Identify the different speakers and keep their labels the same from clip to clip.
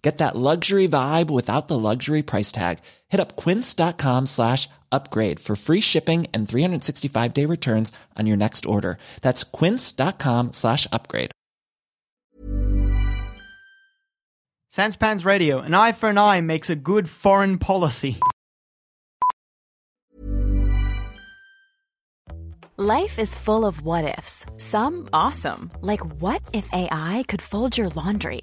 Speaker 1: Get that luxury vibe without the luxury price tag. Hit up quince.com slash upgrade for free shipping and 365 day returns on your next order. That's quince.com slash upgrade.
Speaker 2: Sanspans Radio, an eye for an eye makes a good foreign policy.
Speaker 3: Life is full of what ifs. Some awesome, like what if AI could fold your laundry?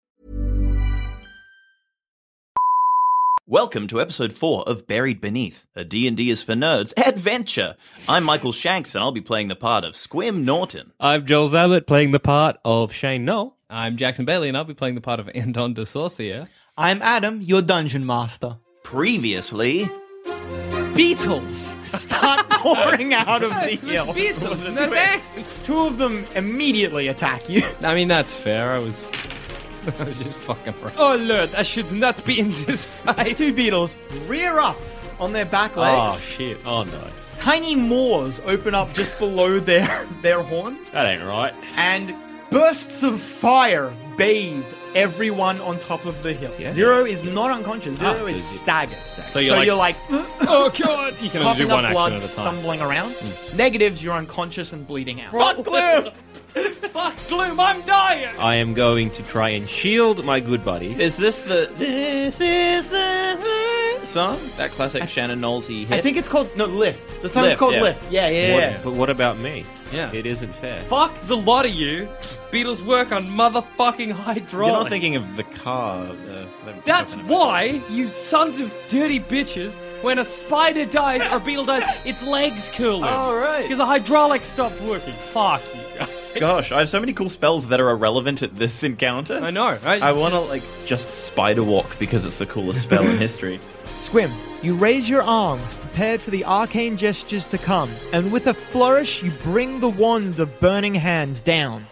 Speaker 4: Welcome to episode 4 of Buried Beneath, a D&D is for nerds adventure. I'm Michael Shanks and I'll be playing the part of Squim Norton.
Speaker 5: I'm Joel Zablet playing the part of Shane Knoll.
Speaker 6: I'm Jackson Bailey, and I'll be playing the part of Anton de Saucier.
Speaker 2: I'm Adam, your dungeon master.
Speaker 4: Previously,
Speaker 2: Beetles start pouring out of the
Speaker 6: It was
Speaker 2: hill.
Speaker 6: beetles, no thanks.
Speaker 2: Two of them immediately attack you.
Speaker 6: I mean, that's fair. I was, I was just fucking around.
Speaker 5: Oh lord, I should not be in this fight.
Speaker 2: Two beetles rear up on their back
Speaker 5: Oh
Speaker 2: legs.
Speaker 5: shit! Oh no,
Speaker 2: Tiny maws open up just below their their horns,
Speaker 5: that ain't right.
Speaker 2: and bursts of fire bathe everyone on top of the hill. Zero is not unconscious. Zero
Speaker 5: Ah,
Speaker 2: is
Speaker 5: so you-
Speaker 2: staggered.
Speaker 5: So you're like- Oh god, you can only
Speaker 2: coughing
Speaker 5: do one
Speaker 2: up
Speaker 5: action
Speaker 2: blood,
Speaker 5: at a time. Hmm.
Speaker 2: stumbling around. Negatives, you're unconscious and bleeding out. But
Speaker 5: Fuck gloom, I'm dying. I am going to try and shield my good buddy.
Speaker 4: is this the This is the song? That classic Shannon Knowlesy hit.
Speaker 2: I think it's called no lift. The song's
Speaker 4: Lift,
Speaker 2: called
Speaker 4: yeah.
Speaker 2: lift. Yeah, yeah, yeah.
Speaker 7: But what about me?
Speaker 5: Yeah.
Speaker 7: It isn't fair.
Speaker 5: Fuck the lot of you. Beatles work on motherfucking high
Speaker 4: You're
Speaker 5: drive.
Speaker 4: not thinking of the car. Uh,
Speaker 5: That's why you sons of dirty bitches. When a spider dies or a beetle dies, its legs curl.
Speaker 4: All right.
Speaker 5: Because the hydraulics stopped working. Fuck you. guys.
Speaker 4: Gosh, I have so many cool spells that are irrelevant at this encounter.
Speaker 5: I know. Right?
Speaker 4: I want to like just spider walk because it's the coolest spell in history.
Speaker 2: Squim, you raise your arms, prepared for the arcane gestures to come, and with a flourish, you bring the wand of burning hands down.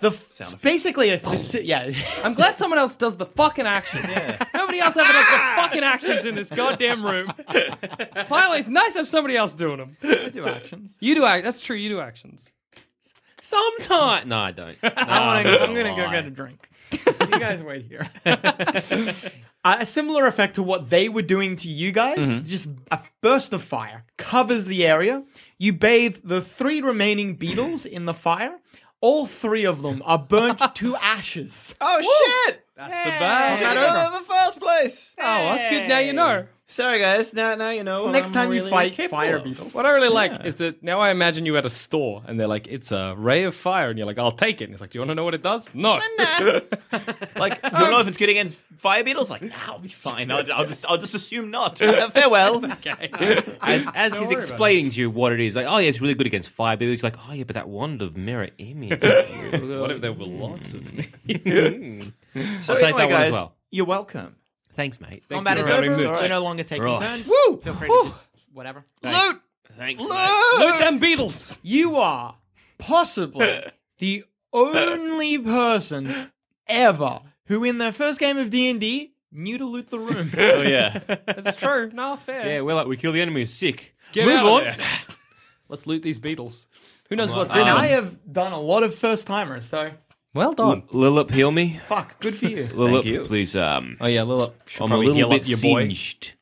Speaker 2: The f-
Speaker 4: effect.
Speaker 2: basically a this, yeah.
Speaker 5: I'm glad someone else does the fucking actions. Nobody else ever does the fucking actions in this goddamn room. Finally, it's nice to have somebody else doing them.
Speaker 2: I do actions.
Speaker 5: You do act. That's true. You do actions.
Speaker 7: Sometimes. No, I don't. No,
Speaker 2: I
Speaker 7: I'm
Speaker 2: wanna, I'm gonna go
Speaker 7: lie.
Speaker 2: get a drink. you guys wait here. Uh, a similar effect to what they were doing to you guys, just a burst of fire covers the area. You bathe the three remaining beetles in the fire. All three of them are burnt to ashes.
Speaker 4: Oh shit!
Speaker 6: That's the best.
Speaker 8: Not over in the first place.
Speaker 6: Oh, that's good. Now you know.
Speaker 8: Sorry, guys. Now, now you know. what
Speaker 2: Next
Speaker 8: I'm
Speaker 2: time you
Speaker 8: really
Speaker 2: fight
Speaker 8: capable
Speaker 2: fire
Speaker 8: of.
Speaker 2: beetles.
Speaker 6: What I really like
Speaker 8: Yeah.
Speaker 6: is that now I imagine you at a store and they're like, it's a ray of fire. And you're like, I'll take it. And it's like, do you want to know what it does? No.
Speaker 8: Like, don't know if it's good against fire beetles. Like, nah, I'll be fine. I'll, I'll just, I'll just assume not. Uh, farewell.
Speaker 6: okay.
Speaker 4: As, as he's explaining to you what it is, like, oh yeah, it's really good against fire. But he's like, oh yeah, but that wand of mirror image. Hmm.
Speaker 6: what if there were lots of me?
Speaker 8: So
Speaker 4: I'll take
Speaker 8: anyway,
Speaker 4: that one as
Speaker 8: guys,
Speaker 4: well.
Speaker 8: You're welcome.
Speaker 4: Thanks, mate.
Speaker 2: Combat
Speaker 6: you
Speaker 2: is
Speaker 6: for having
Speaker 2: over.
Speaker 6: me.
Speaker 2: We're no longer taking
Speaker 4: Right.
Speaker 2: turns.
Speaker 8: Woo!
Speaker 2: Feel free to just whatever.
Speaker 8: Loot.
Speaker 4: Thanks.
Speaker 6: Loot them beetles.
Speaker 2: You are possibly the only person ever who, in their first game of D and D, knew to loot the room.
Speaker 8: Oh yeah.
Speaker 6: That's true. No, fair.
Speaker 4: Yeah, we're like we kill the enemy. Sick.
Speaker 6: Get
Speaker 4: Move
Speaker 6: out
Speaker 4: on.
Speaker 6: Of there. Let's loot these beetles. Who knows what's in
Speaker 2: and
Speaker 4: "Ah,
Speaker 2: I
Speaker 6: them?
Speaker 8: Um,
Speaker 2: have done a lot of first timers, so
Speaker 6: Well done.
Speaker 4: Lilip, heal me.
Speaker 2: fuck, good for you.
Speaker 4: Lilip,
Speaker 8: you.
Speaker 4: please. Um,
Speaker 6: Oh yeah, Lilip. should
Speaker 4: I'm a
Speaker 6: probably
Speaker 4: little
Speaker 6: heal up
Speaker 4: bit
Speaker 6: your boy.
Speaker 4: singed.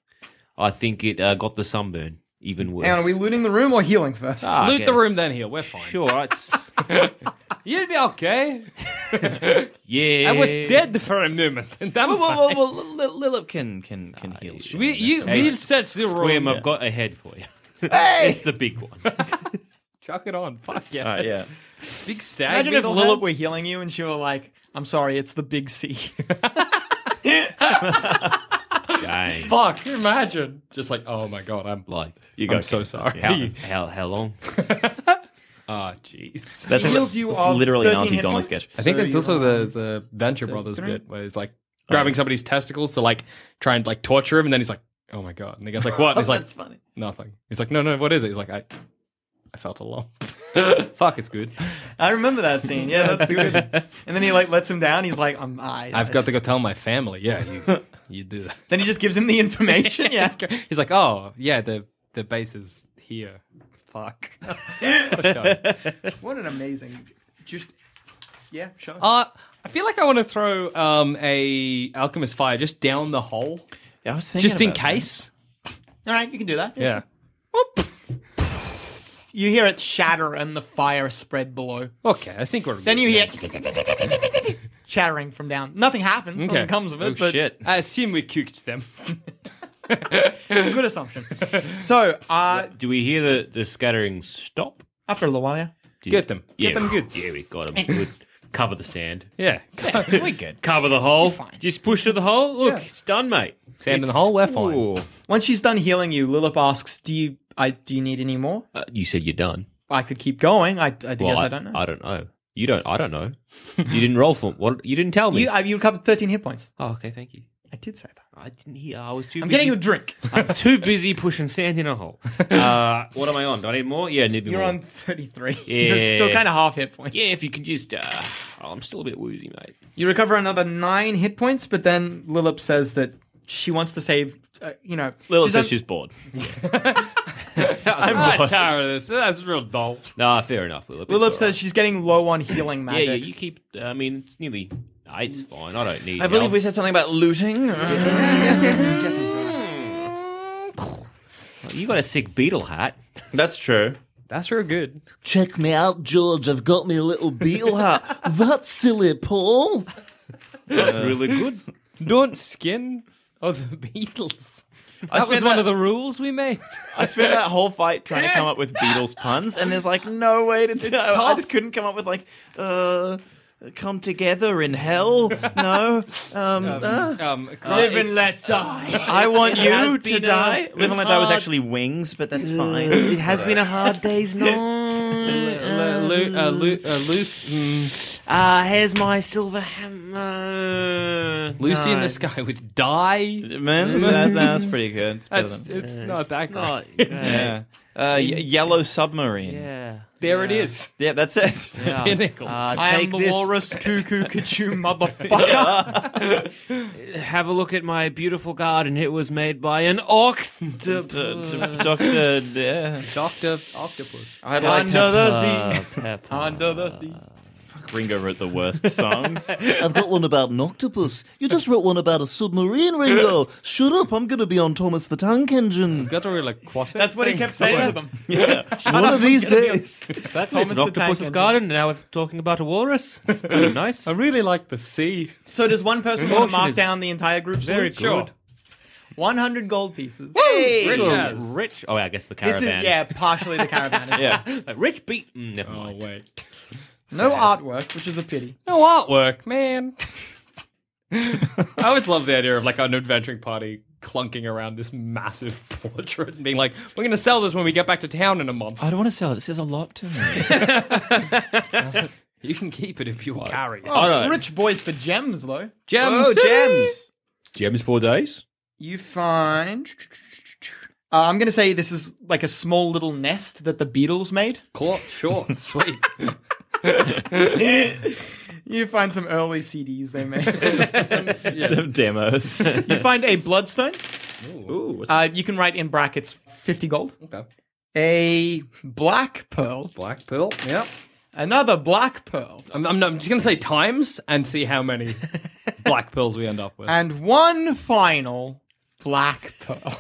Speaker 4: I think it uh, got the sunburn. Even worse.
Speaker 2: Hang on, are we looting the room or healing first?
Speaker 4: Ah, I
Speaker 6: Loot the
Speaker 4: guess.
Speaker 6: room, then heal. We're fine.
Speaker 4: Sure. It's,
Speaker 6: You'll be okay.
Speaker 4: yeah.
Speaker 6: I was
Speaker 4: Eh.
Speaker 6: dead for a moment, and I'm
Speaker 8: Well,
Speaker 6: fine.
Speaker 8: well, well, well Lil- Lilip can can
Speaker 4: Ah,
Speaker 8: can heal. Shane.
Speaker 6: We, you,
Speaker 4: Hey,
Speaker 6: we've set the room.
Speaker 4: Squim, I've got a head for you. It's the big one.
Speaker 6: Chuck it on. Fuck yes.
Speaker 8: All right, yeah.
Speaker 6: Big stag.
Speaker 2: Imagine if
Speaker 6: beetle
Speaker 2: Lilith
Speaker 6: head.
Speaker 2: were healing you and she were like, "I'm sorry, it's the big C."
Speaker 4: Dang.
Speaker 6: Fuck, imagine. Just like, oh my god, I'm
Speaker 4: Like,
Speaker 6: you I'm so sorry.
Speaker 4: how, how, how long?
Speaker 6: Ah, jeez.
Speaker 8: That's
Speaker 2: He
Speaker 8: a-
Speaker 2: heals you
Speaker 8: that's
Speaker 2: off
Speaker 8: literally an
Speaker 2: 13
Speaker 8: Auntie
Speaker 2: hit
Speaker 8: Donna
Speaker 2: points.
Speaker 8: sketch.
Speaker 6: I think
Speaker 2: So
Speaker 6: it's
Speaker 2: you
Speaker 6: also
Speaker 2: are-
Speaker 6: the the Venture Brothers
Speaker 2: three.
Speaker 6: bit where he's like grabbing somebody's testicles to like try and like torture him, and then he's like, oh my god, and the guy's like, what? And he's like,
Speaker 8: That's funny.
Speaker 6: nothing. He's like, no, no, what is it? He's like, I, I felt a lump. Fuck, it's good.
Speaker 2: I remember that scene. Yeah, that's good. and then he like lets him down. He's like, "I'm I."
Speaker 6: I've got to go tell my family. Yeah, you, you do that.
Speaker 2: Then he just gives him the information. Yeah,
Speaker 6: It's great. He's like, oh yeah, the the base is here. Fuck. What a show.
Speaker 2: what an amazing, just yeah, sure.
Speaker 6: Uh, I feel like I want to throw um, a alchemist fire just down the hole,
Speaker 8: I was thinking
Speaker 6: just in
Speaker 8: about that.
Speaker 6: case.
Speaker 2: All right, you can do that.
Speaker 6: Yeah.
Speaker 2: You hear it shatter and the fire spread below.
Speaker 6: Okay, I think we're.
Speaker 2: Then you hear chattering from down. Nothing happens.
Speaker 6: Okay.
Speaker 2: Nothing comes of it.
Speaker 6: Oh
Speaker 2: but
Speaker 6: shit! I assume we cooked them.
Speaker 2: Good assumption. So uh,
Speaker 4: Do we hear the, the scattering stop?
Speaker 2: after a little while, yeah.
Speaker 4: Do
Speaker 6: Get them.
Speaker 4: Yeah,
Speaker 6: Get them good.
Speaker 4: Yeah, we got them good. Cover the sand.
Speaker 6: Yeah.
Speaker 4: we good. Cover the hole. Just push to the hole. Look,
Speaker 6: Yeah.
Speaker 4: it's done, mate.
Speaker 6: Sand in the
Speaker 4: It's-
Speaker 6: hole, we're fine.
Speaker 4: Ooh.
Speaker 2: Once she's done healing you, Lilip asks, "Do you? I do you need any more?
Speaker 4: Uh, you said you're done.
Speaker 2: I could keep going. I, I guess I, don't know.
Speaker 4: I don't know. You don't. I don't know. you didn't roll for what? You didn't tell me.
Speaker 2: you I, you recovered thirteen hit points.
Speaker 4: oh, okay. Thank you.
Speaker 2: I did say that.
Speaker 4: I didn't hear. I was too.
Speaker 2: I'm
Speaker 4: busy.
Speaker 2: getting you a drink.
Speaker 4: I'm too busy pushing sand in a hole. Uh, what am I on? Do I need more? Yeah, I need
Speaker 2: You're
Speaker 4: more.
Speaker 2: on thirty three. You're
Speaker 4: Yeah.
Speaker 2: still kind of half hit points.
Speaker 4: Yeah, if you could just. Uh, oh, I'm still a bit woozy, mate.
Speaker 2: You recover another nine hit points, but then Lilip says that she wants to save. Uh, you know,
Speaker 8: Lilip
Speaker 2: she's
Speaker 8: says
Speaker 2: un-
Speaker 8: she's bored.
Speaker 6: I'm not tired of this. That's real dull.
Speaker 4: Nah, fair enough, Lilip. It's
Speaker 2: Lilip
Speaker 4: all
Speaker 2: says
Speaker 4: right.
Speaker 2: she's getting low on healing magic.
Speaker 4: Yeah, yeah. You keep. I mean, it's nearly. Nah, it's fine. I don't need.
Speaker 8: I believe
Speaker 4: help.
Speaker 8: we said something about looting.
Speaker 4: You got a sick beetle hat.
Speaker 8: That's true.
Speaker 6: That's real good.
Speaker 1: Check me out, George. I've got me a little beetle hat. That's silly, Paul.
Speaker 4: That's really good.
Speaker 6: Don't skin of the beetles.
Speaker 8: I
Speaker 6: That was
Speaker 8: spent
Speaker 6: one
Speaker 8: that-
Speaker 6: of the rules we made.
Speaker 8: I spent that whole fight trying to come up with Beatles puns, and there's like no way to do I just couldn't come up with like, uh, come together in hell. No, um, uh,
Speaker 6: Um,
Speaker 8: Live and
Speaker 6: let die.
Speaker 8: I want you
Speaker 4: has
Speaker 8: to
Speaker 4: been uh,
Speaker 8: die.
Speaker 4: a
Speaker 8: Live and let die was
Speaker 4: hard-
Speaker 8: actually wings, but that's fine.
Speaker 4: It has been a hard day's
Speaker 6: Uh,
Speaker 4: night.
Speaker 6: loose, mm,
Speaker 4: Uh, here's my silver hammer.
Speaker 6: Lucy in the sky with die.
Speaker 8: Man, that- that's pretty good. It's better
Speaker 6: That's
Speaker 8: than-
Speaker 6: it's not that great.
Speaker 4: yeah.
Speaker 8: yeah. Uh, y- yellow submarine. Yeah,
Speaker 4: yeah.
Speaker 6: There it is.
Speaker 8: that's it.
Speaker 4: Yeah.
Speaker 6: Pinnacle.
Speaker 4: Uh,
Speaker 2: I
Speaker 4: take
Speaker 2: am the
Speaker 4: this.
Speaker 2: walrus cuckoo kachu motherfucker.
Speaker 4: Have a look at my beautiful garden. It was made by an octopus.
Speaker 8: Doctor. Yeah.
Speaker 6: Doctor Octopus.
Speaker 8: I'd
Speaker 2: Under the sea.
Speaker 4: Pepper.
Speaker 2: Under the sea.
Speaker 4: Ringo wrote the worst songs.
Speaker 9: I've got one about an octopus. You just wrote one about a submarine, Ringo. Shut up, I'm going to be on Thomas the Tank Engine.
Speaker 6: Got to really like quash it.
Speaker 2: That's what he kept saying to them.
Speaker 9: One of these days.
Speaker 7: So that
Speaker 2: Thomas
Speaker 7: was an
Speaker 2: the
Speaker 7: octopus's
Speaker 2: Tank Engine.
Speaker 7: garden. Now we're talking about a walrus. It's kind of nice.
Speaker 6: I really like the sea.
Speaker 2: So does one person want
Speaker 7: Emotion
Speaker 2: to mark
Speaker 7: is
Speaker 2: down the entire group?
Speaker 7: very
Speaker 2: sure.
Speaker 7: good.
Speaker 2: 100 gold pieces.
Speaker 7: Rich,
Speaker 6: as.
Speaker 7: rich. Oh, I guess the
Speaker 2: This
Speaker 7: caravan.
Speaker 2: is, yeah, partially the caravan. as
Speaker 7: yeah. Like, rich beat. Mm, never
Speaker 6: Oh
Speaker 7: mind.
Speaker 6: wait.
Speaker 2: well. No artwork, which is a pity.
Speaker 6: No artwork, man. I always love the idea of like an adventuring party clunking around this massive portrait and being like, "We're going to sell this when we get back to town in a month.
Speaker 1: I don't want to sell it. It says a lot to me.
Speaker 6: You can keep it if you want. carry it."
Speaker 2: Oh,
Speaker 7: right.
Speaker 2: Rich boys for gems, though.
Speaker 6: Gems.
Speaker 4: oh, gems.
Speaker 7: Gems four days.
Speaker 2: You find. Uh, I'm going to say this is like a small little nest that the Beatles made.
Speaker 6: Court, short, sweet.
Speaker 2: You find some early CDs they made.
Speaker 4: Some demos.
Speaker 2: you find a bloodstone.
Speaker 4: Ooh, what's
Speaker 2: Uh, you can write in brackets 50 gold.
Speaker 6: okay.
Speaker 2: A black pearl.
Speaker 6: Black pill. Yep.
Speaker 2: Another black pearl.
Speaker 6: I'm, I'm, I'm just going to say times and see how many black pills we end up with.
Speaker 2: And one final black pearl.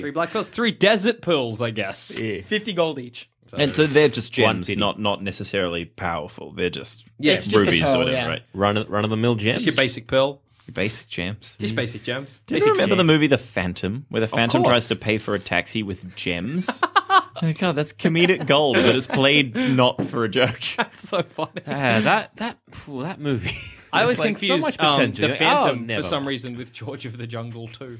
Speaker 6: Three black pills, three desert pills, I guess.
Speaker 2: 50 gold each.
Speaker 4: And so they're just
Speaker 7: One
Speaker 4: gems,
Speaker 7: pity.
Speaker 4: not not necessarily powerful. They're just
Speaker 2: Yeah, it's just a
Speaker 4: rubies
Speaker 2: pearl,
Speaker 4: or whatever,
Speaker 2: yeah.
Speaker 4: right?
Speaker 7: Run of- run of the mill gems.
Speaker 6: Just your basic pill,
Speaker 4: Basic gems.
Speaker 6: just basic gems.
Speaker 4: Do Mm. you
Speaker 6: Basic
Speaker 4: remember the
Speaker 6: gems.
Speaker 4: movie The Phantom, where the Phantom
Speaker 6: course.
Speaker 4: tries to pay for a taxi with gems? oh, God, that's comedic gold, but it's played not for a joke.
Speaker 6: That's so funny.
Speaker 7: Ah, that that phew, that movie.
Speaker 6: I always
Speaker 7: It's like so
Speaker 6: confuse
Speaker 7: much
Speaker 6: um,
Speaker 7: potential.
Speaker 6: the
Speaker 7: You're like, oh,
Speaker 6: Phantom for
Speaker 7: never.
Speaker 6: some reason with George of the Jungle too.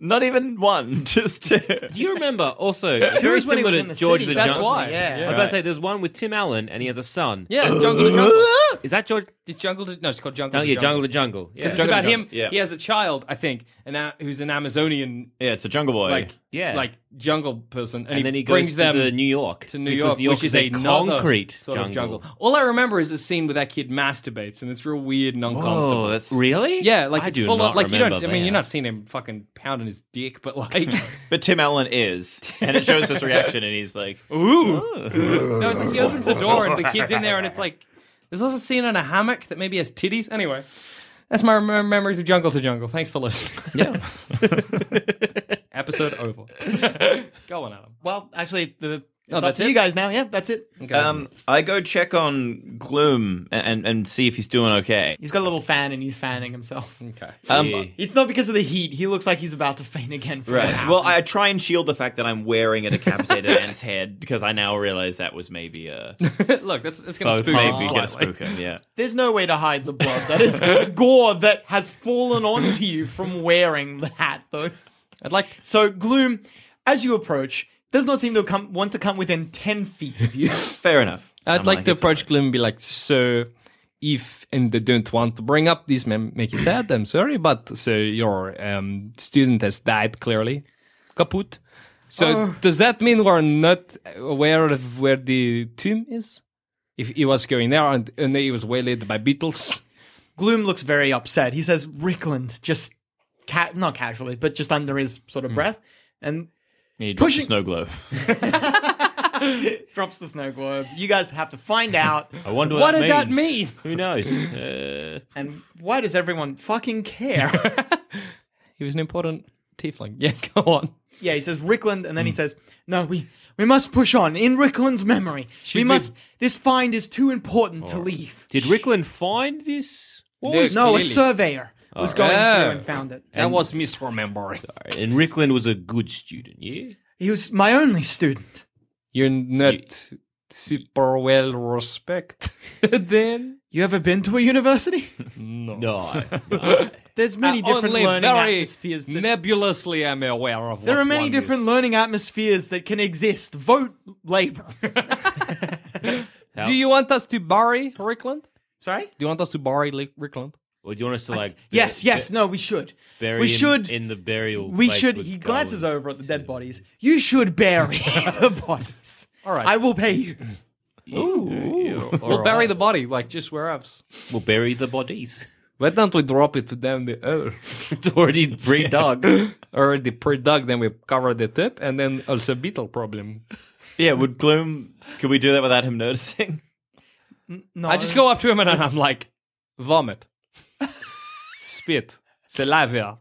Speaker 4: Not even one, just two.
Speaker 7: Do you remember also very
Speaker 2: was when he
Speaker 7: similar
Speaker 2: was
Speaker 7: to
Speaker 2: in the
Speaker 7: George
Speaker 2: city,
Speaker 7: the
Speaker 2: that's
Speaker 7: Jungle?
Speaker 2: why, yeah.
Speaker 7: I was about to say there's one with Tim Allen and he has a son.
Speaker 6: Yeah, Jungle the Jungle.
Speaker 7: Is that George?
Speaker 6: It's Jungle. The, no, it's called Jungle.
Speaker 7: No,
Speaker 6: the
Speaker 7: yeah,
Speaker 6: Jungle.
Speaker 7: Jungle the Jungle. Yeah.
Speaker 6: Because it's
Speaker 7: Jungle
Speaker 6: about
Speaker 7: the
Speaker 6: him.
Speaker 7: Jungle. Yeah.
Speaker 6: He has a child, I think, and a- who's an Amazonian
Speaker 4: Oh, Yeah, it's a Jungle Boy.
Speaker 6: like
Speaker 7: Yeah.
Speaker 6: like jungle person, and,
Speaker 7: and then he goes
Speaker 6: brings
Speaker 7: to
Speaker 6: them
Speaker 7: the New York
Speaker 6: to New
Speaker 7: because
Speaker 6: York, which is a another
Speaker 7: concrete
Speaker 6: sort
Speaker 7: jungle.
Speaker 6: of jungle. All I remember is a scene where that kid masturbates, and it's real weird and uncomfortable.
Speaker 7: Oh, that's really
Speaker 6: yeah, like
Speaker 7: I
Speaker 6: it's
Speaker 7: do
Speaker 6: full
Speaker 7: not
Speaker 6: on, like you don't.
Speaker 7: remember
Speaker 6: I mean, you're
Speaker 7: that.
Speaker 6: not seeing him fucking pounding his dick, but like,
Speaker 4: But Tim Allen is, and it shows his reaction, and he's like,
Speaker 6: no, it's like he opens the door and the kid's in there, and it's like there's also a scene on a hammock that maybe has titties. Anyway, that's my mem- memories of Jungle to Jungle. Thanks for listening. Yeah, episode over. Go on, Adam.
Speaker 2: Well, actually, the, it's up
Speaker 6: Oh, that's
Speaker 2: to
Speaker 6: it?
Speaker 2: you guys now. Yeah, that's it.
Speaker 4: um, I go check on Gloom and, and, and see if he's doing okay.
Speaker 2: He's got a little fan and he's fanning himself.
Speaker 6: Okay.
Speaker 4: Um,
Speaker 2: It's not because of the heat. He looks like he's about to faint again. From
Speaker 4: right.
Speaker 2: what happened.
Speaker 4: Well, I try and shield the fact that I'm wearing a decapitated ant's head because I now realize that was maybe a
Speaker 6: Look, that's, it's going to spook him
Speaker 4: maybe
Speaker 6: slightly.
Speaker 4: gonna spook him. Yeah.
Speaker 2: There's no way to hide the blood. That is gore that has fallen onto you from wearing the hat, though.
Speaker 6: I'd like. To-
Speaker 2: So, Gloom, as you approach, does not seem to come, want to come within 10 feet of you.
Speaker 4: Fair enough.
Speaker 6: I'd
Speaker 4: I'm
Speaker 6: like to
Speaker 4: it's
Speaker 6: approach Gloom and be like, sir, if, and they don't want to bring up this, ma'am, make you sad, I'm sorry, but so your um, student has died clearly. Kaput. So does that mean we're not aware of where the tomb is? If he was going there and, and he was waylaid by beetles?
Speaker 2: Gloom looks very upset. He says, Rickland, just ca- not casually, but just under his sort of breath, and
Speaker 4: He drops
Speaker 2: pushing-
Speaker 4: a snow globe.
Speaker 2: drops the snow globe. You guys have to find out.
Speaker 4: Oh.
Speaker 7: I wonder what,
Speaker 6: What did that
Speaker 7: means.
Speaker 6: mean?
Speaker 7: Who knows? Uh,
Speaker 2: And why does everyone fucking care?
Speaker 6: He was an important tiefling. Yeah, go on.
Speaker 2: Yeah, he says Rickland, and then
Speaker 6: Mm.
Speaker 2: he says, "No, we we must push on in Rickland's memory. we,
Speaker 6: we- Oh.
Speaker 2: must. This find is too important to leave."
Speaker 7: did Rickland find this? What
Speaker 6: Look,
Speaker 7: was
Speaker 2: No, a
Speaker 6: clearly.
Speaker 2: surveyor was going
Speaker 6: Oh.
Speaker 2: through and found it.
Speaker 6: That was misremembering.
Speaker 7: And Rickland was a good student. Yeah.
Speaker 2: He was my only student.
Speaker 6: You're not super well respected then?
Speaker 2: You ever been to a university?
Speaker 7: No.
Speaker 2: There's many
Speaker 6: Uh,
Speaker 2: different
Speaker 6: only
Speaker 2: learning
Speaker 6: very
Speaker 2: atmospheres. That,
Speaker 6: nebulously am aware of.
Speaker 2: there
Speaker 6: what
Speaker 2: are many
Speaker 6: one
Speaker 2: different
Speaker 6: is.
Speaker 2: learning atmospheres that can exist. Vote Labour.
Speaker 6: Do you want us to bury Rickland?
Speaker 2: Sorry.
Speaker 6: Do you want us to bury Li- Rickland?
Speaker 7: Or do you want us to like?
Speaker 2: Yes,
Speaker 7: bu-
Speaker 2: yes,
Speaker 7: bu-
Speaker 2: no, we should.
Speaker 7: Bury
Speaker 2: we
Speaker 7: him
Speaker 2: should.
Speaker 7: in the burial.
Speaker 2: we
Speaker 7: place
Speaker 2: should.
Speaker 7: with
Speaker 2: He glances
Speaker 7: gold.
Speaker 2: over at the dead bodies. You should bury the bodies.
Speaker 6: All right.
Speaker 2: I will pay you.
Speaker 6: we'll bury the body, like just where else?
Speaker 7: We'll bury the bodies.
Speaker 6: Why don't we drop it down the earth?
Speaker 7: It's already pre-dug.
Speaker 6: or the pre-dug, then we cover the tip, and then also beetle problem.
Speaker 4: Yeah, would Gloom? Could we do that without him noticing?
Speaker 2: No.
Speaker 6: I just go up to him and I'm like, vomit, spit, saliva,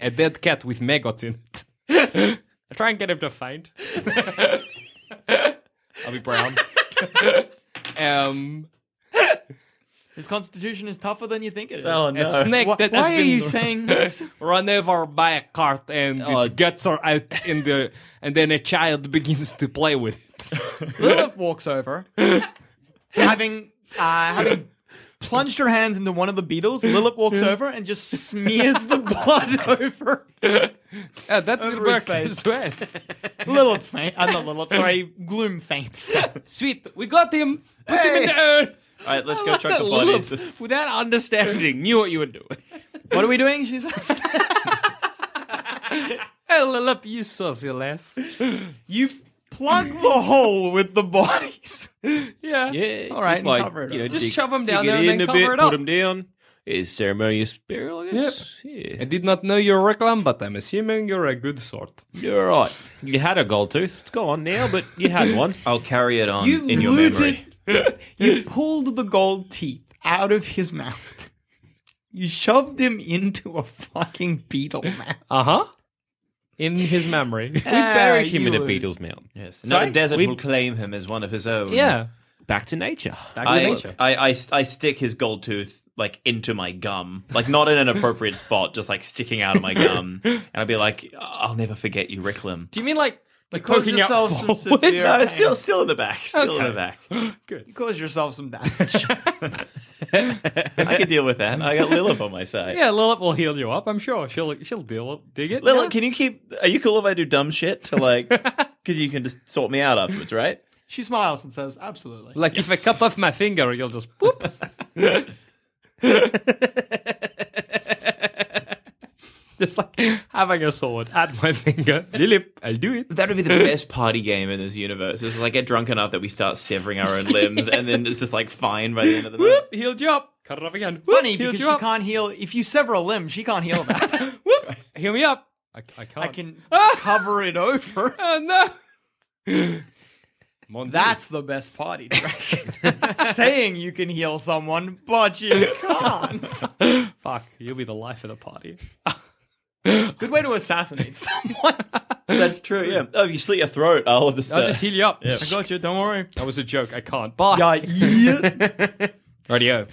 Speaker 6: a dead cat with maggots in it. I try and get him to faint. I'll be brown. um,
Speaker 2: His constitution is tougher than you think it is.
Speaker 4: Oh no!
Speaker 6: a snake
Speaker 2: Wh-
Speaker 6: that has
Speaker 2: why are
Speaker 6: been
Speaker 2: you saying this?
Speaker 6: run over by a cart and
Speaker 4: Oh.
Speaker 6: its guts are out in the, and then a child begins to play with it.
Speaker 2: Lilith walks over, having uh, having plunged her hands into one of the beetles. Lilith walks over and just smears the blood over
Speaker 6: Yeah, that
Speaker 2: Over
Speaker 6: will
Speaker 2: his
Speaker 6: work
Speaker 2: face.
Speaker 6: as well.
Speaker 2: Lilith. Faint. I'm not Lilith. Sorry, Gloom faints.
Speaker 6: Sweet, we got him. Put him in the earth.
Speaker 4: All right, let's go check the bodies. Just-
Speaker 7: Without understanding, knew what you were doing.
Speaker 2: What are we doing? She's like,
Speaker 6: Hell up, you saucy lass.
Speaker 2: you plug the hole with the bodies.
Speaker 6: Yeah.
Speaker 7: Yeah,
Speaker 2: All right,
Speaker 7: just
Speaker 2: and
Speaker 7: like,
Speaker 2: cover it
Speaker 7: you know,
Speaker 2: up.
Speaker 6: Just
Speaker 7: dig-
Speaker 6: shove 'em down
Speaker 7: dig
Speaker 6: there
Speaker 7: it
Speaker 6: and
Speaker 7: in
Speaker 6: then
Speaker 7: a
Speaker 6: cover
Speaker 7: bit,
Speaker 6: it
Speaker 7: Put
Speaker 6: up.
Speaker 7: them down. It's ceremonious burial, I guess.
Speaker 6: I
Speaker 7: Yeah.
Speaker 6: did not know you were clown, but I'm assuming you're a good sort.
Speaker 7: You're all right. You had a gold tooth. It's gone now, but you had one.
Speaker 4: I'll carry it on
Speaker 2: You
Speaker 4: in your memory.
Speaker 2: looted- you pulled the gold teeth out of his mouth. You shoved him into a fucking beetle mouth.
Speaker 6: Uh huh. In his memory.
Speaker 7: We buried him
Speaker 2: you
Speaker 7: in a
Speaker 2: would.
Speaker 7: beetle's mouth.
Speaker 4: Yes. Now the desert
Speaker 7: We-
Speaker 4: will claim him as one of his own.
Speaker 6: yeah.
Speaker 7: Back to nature.
Speaker 4: I, I, I, I stick his gold tooth like into my gum, like not in an appropriate spot, just like sticking out of my gum, and I'll be like, "I'll never forget you, Ricklum."
Speaker 6: Do you mean like like
Speaker 2: Cause
Speaker 6: poking out
Speaker 2: yourself some
Speaker 6: forward?
Speaker 2: severe
Speaker 4: No,
Speaker 2: pain.
Speaker 4: it's still, still in the back, still in the back.
Speaker 2: You caused yourself some damage.
Speaker 4: I can deal with that. I got Lilith on my side.
Speaker 6: Yeah, Lilith will heal you up. I'm sure she'll she'll deal dig it.
Speaker 4: Lilith,
Speaker 6: yeah.
Speaker 4: can you keep? Are you cool if I do dumb shit to like? Because you can just sort me out afterwards, right?
Speaker 2: she smiles and says, "Absolutely."
Speaker 6: like if I cut off my finger, you'll just boop. just like having a sword at my finger. Lilith, I'll do it.
Speaker 4: That would be the best party game in this universe. It's like get drunk enough that we start severing our own limbs, and then it's just like fine by the end of the night.
Speaker 6: Whoop, healed you up. Cut it off again. Whoop,
Speaker 2: Funny
Speaker 6: healed
Speaker 2: because
Speaker 6: you
Speaker 2: she
Speaker 6: up.
Speaker 2: can't heal. If you sever a limb, she can't heal that.
Speaker 6: Whoop, heal me up. I, I can't.
Speaker 2: I can cover it over.
Speaker 6: Oh no! Mon
Speaker 2: That's the best party trick. Saying you can heal someone, but you can't.
Speaker 6: Dieu. fuck, you'll be the life of the party.
Speaker 2: Good way to assassinate someone.
Speaker 4: That's true. Yeah. Oh, if you slit your throat, I'll just.
Speaker 6: I'll
Speaker 4: uh,
Speaker 6: just heal you up. Oh,
Speaker 2: I got you. Don't worry.
Speaker 6: That was a joke. I can't. Bye.
Speaker 2: Yeah, yeah.
Speaker 6: Radio.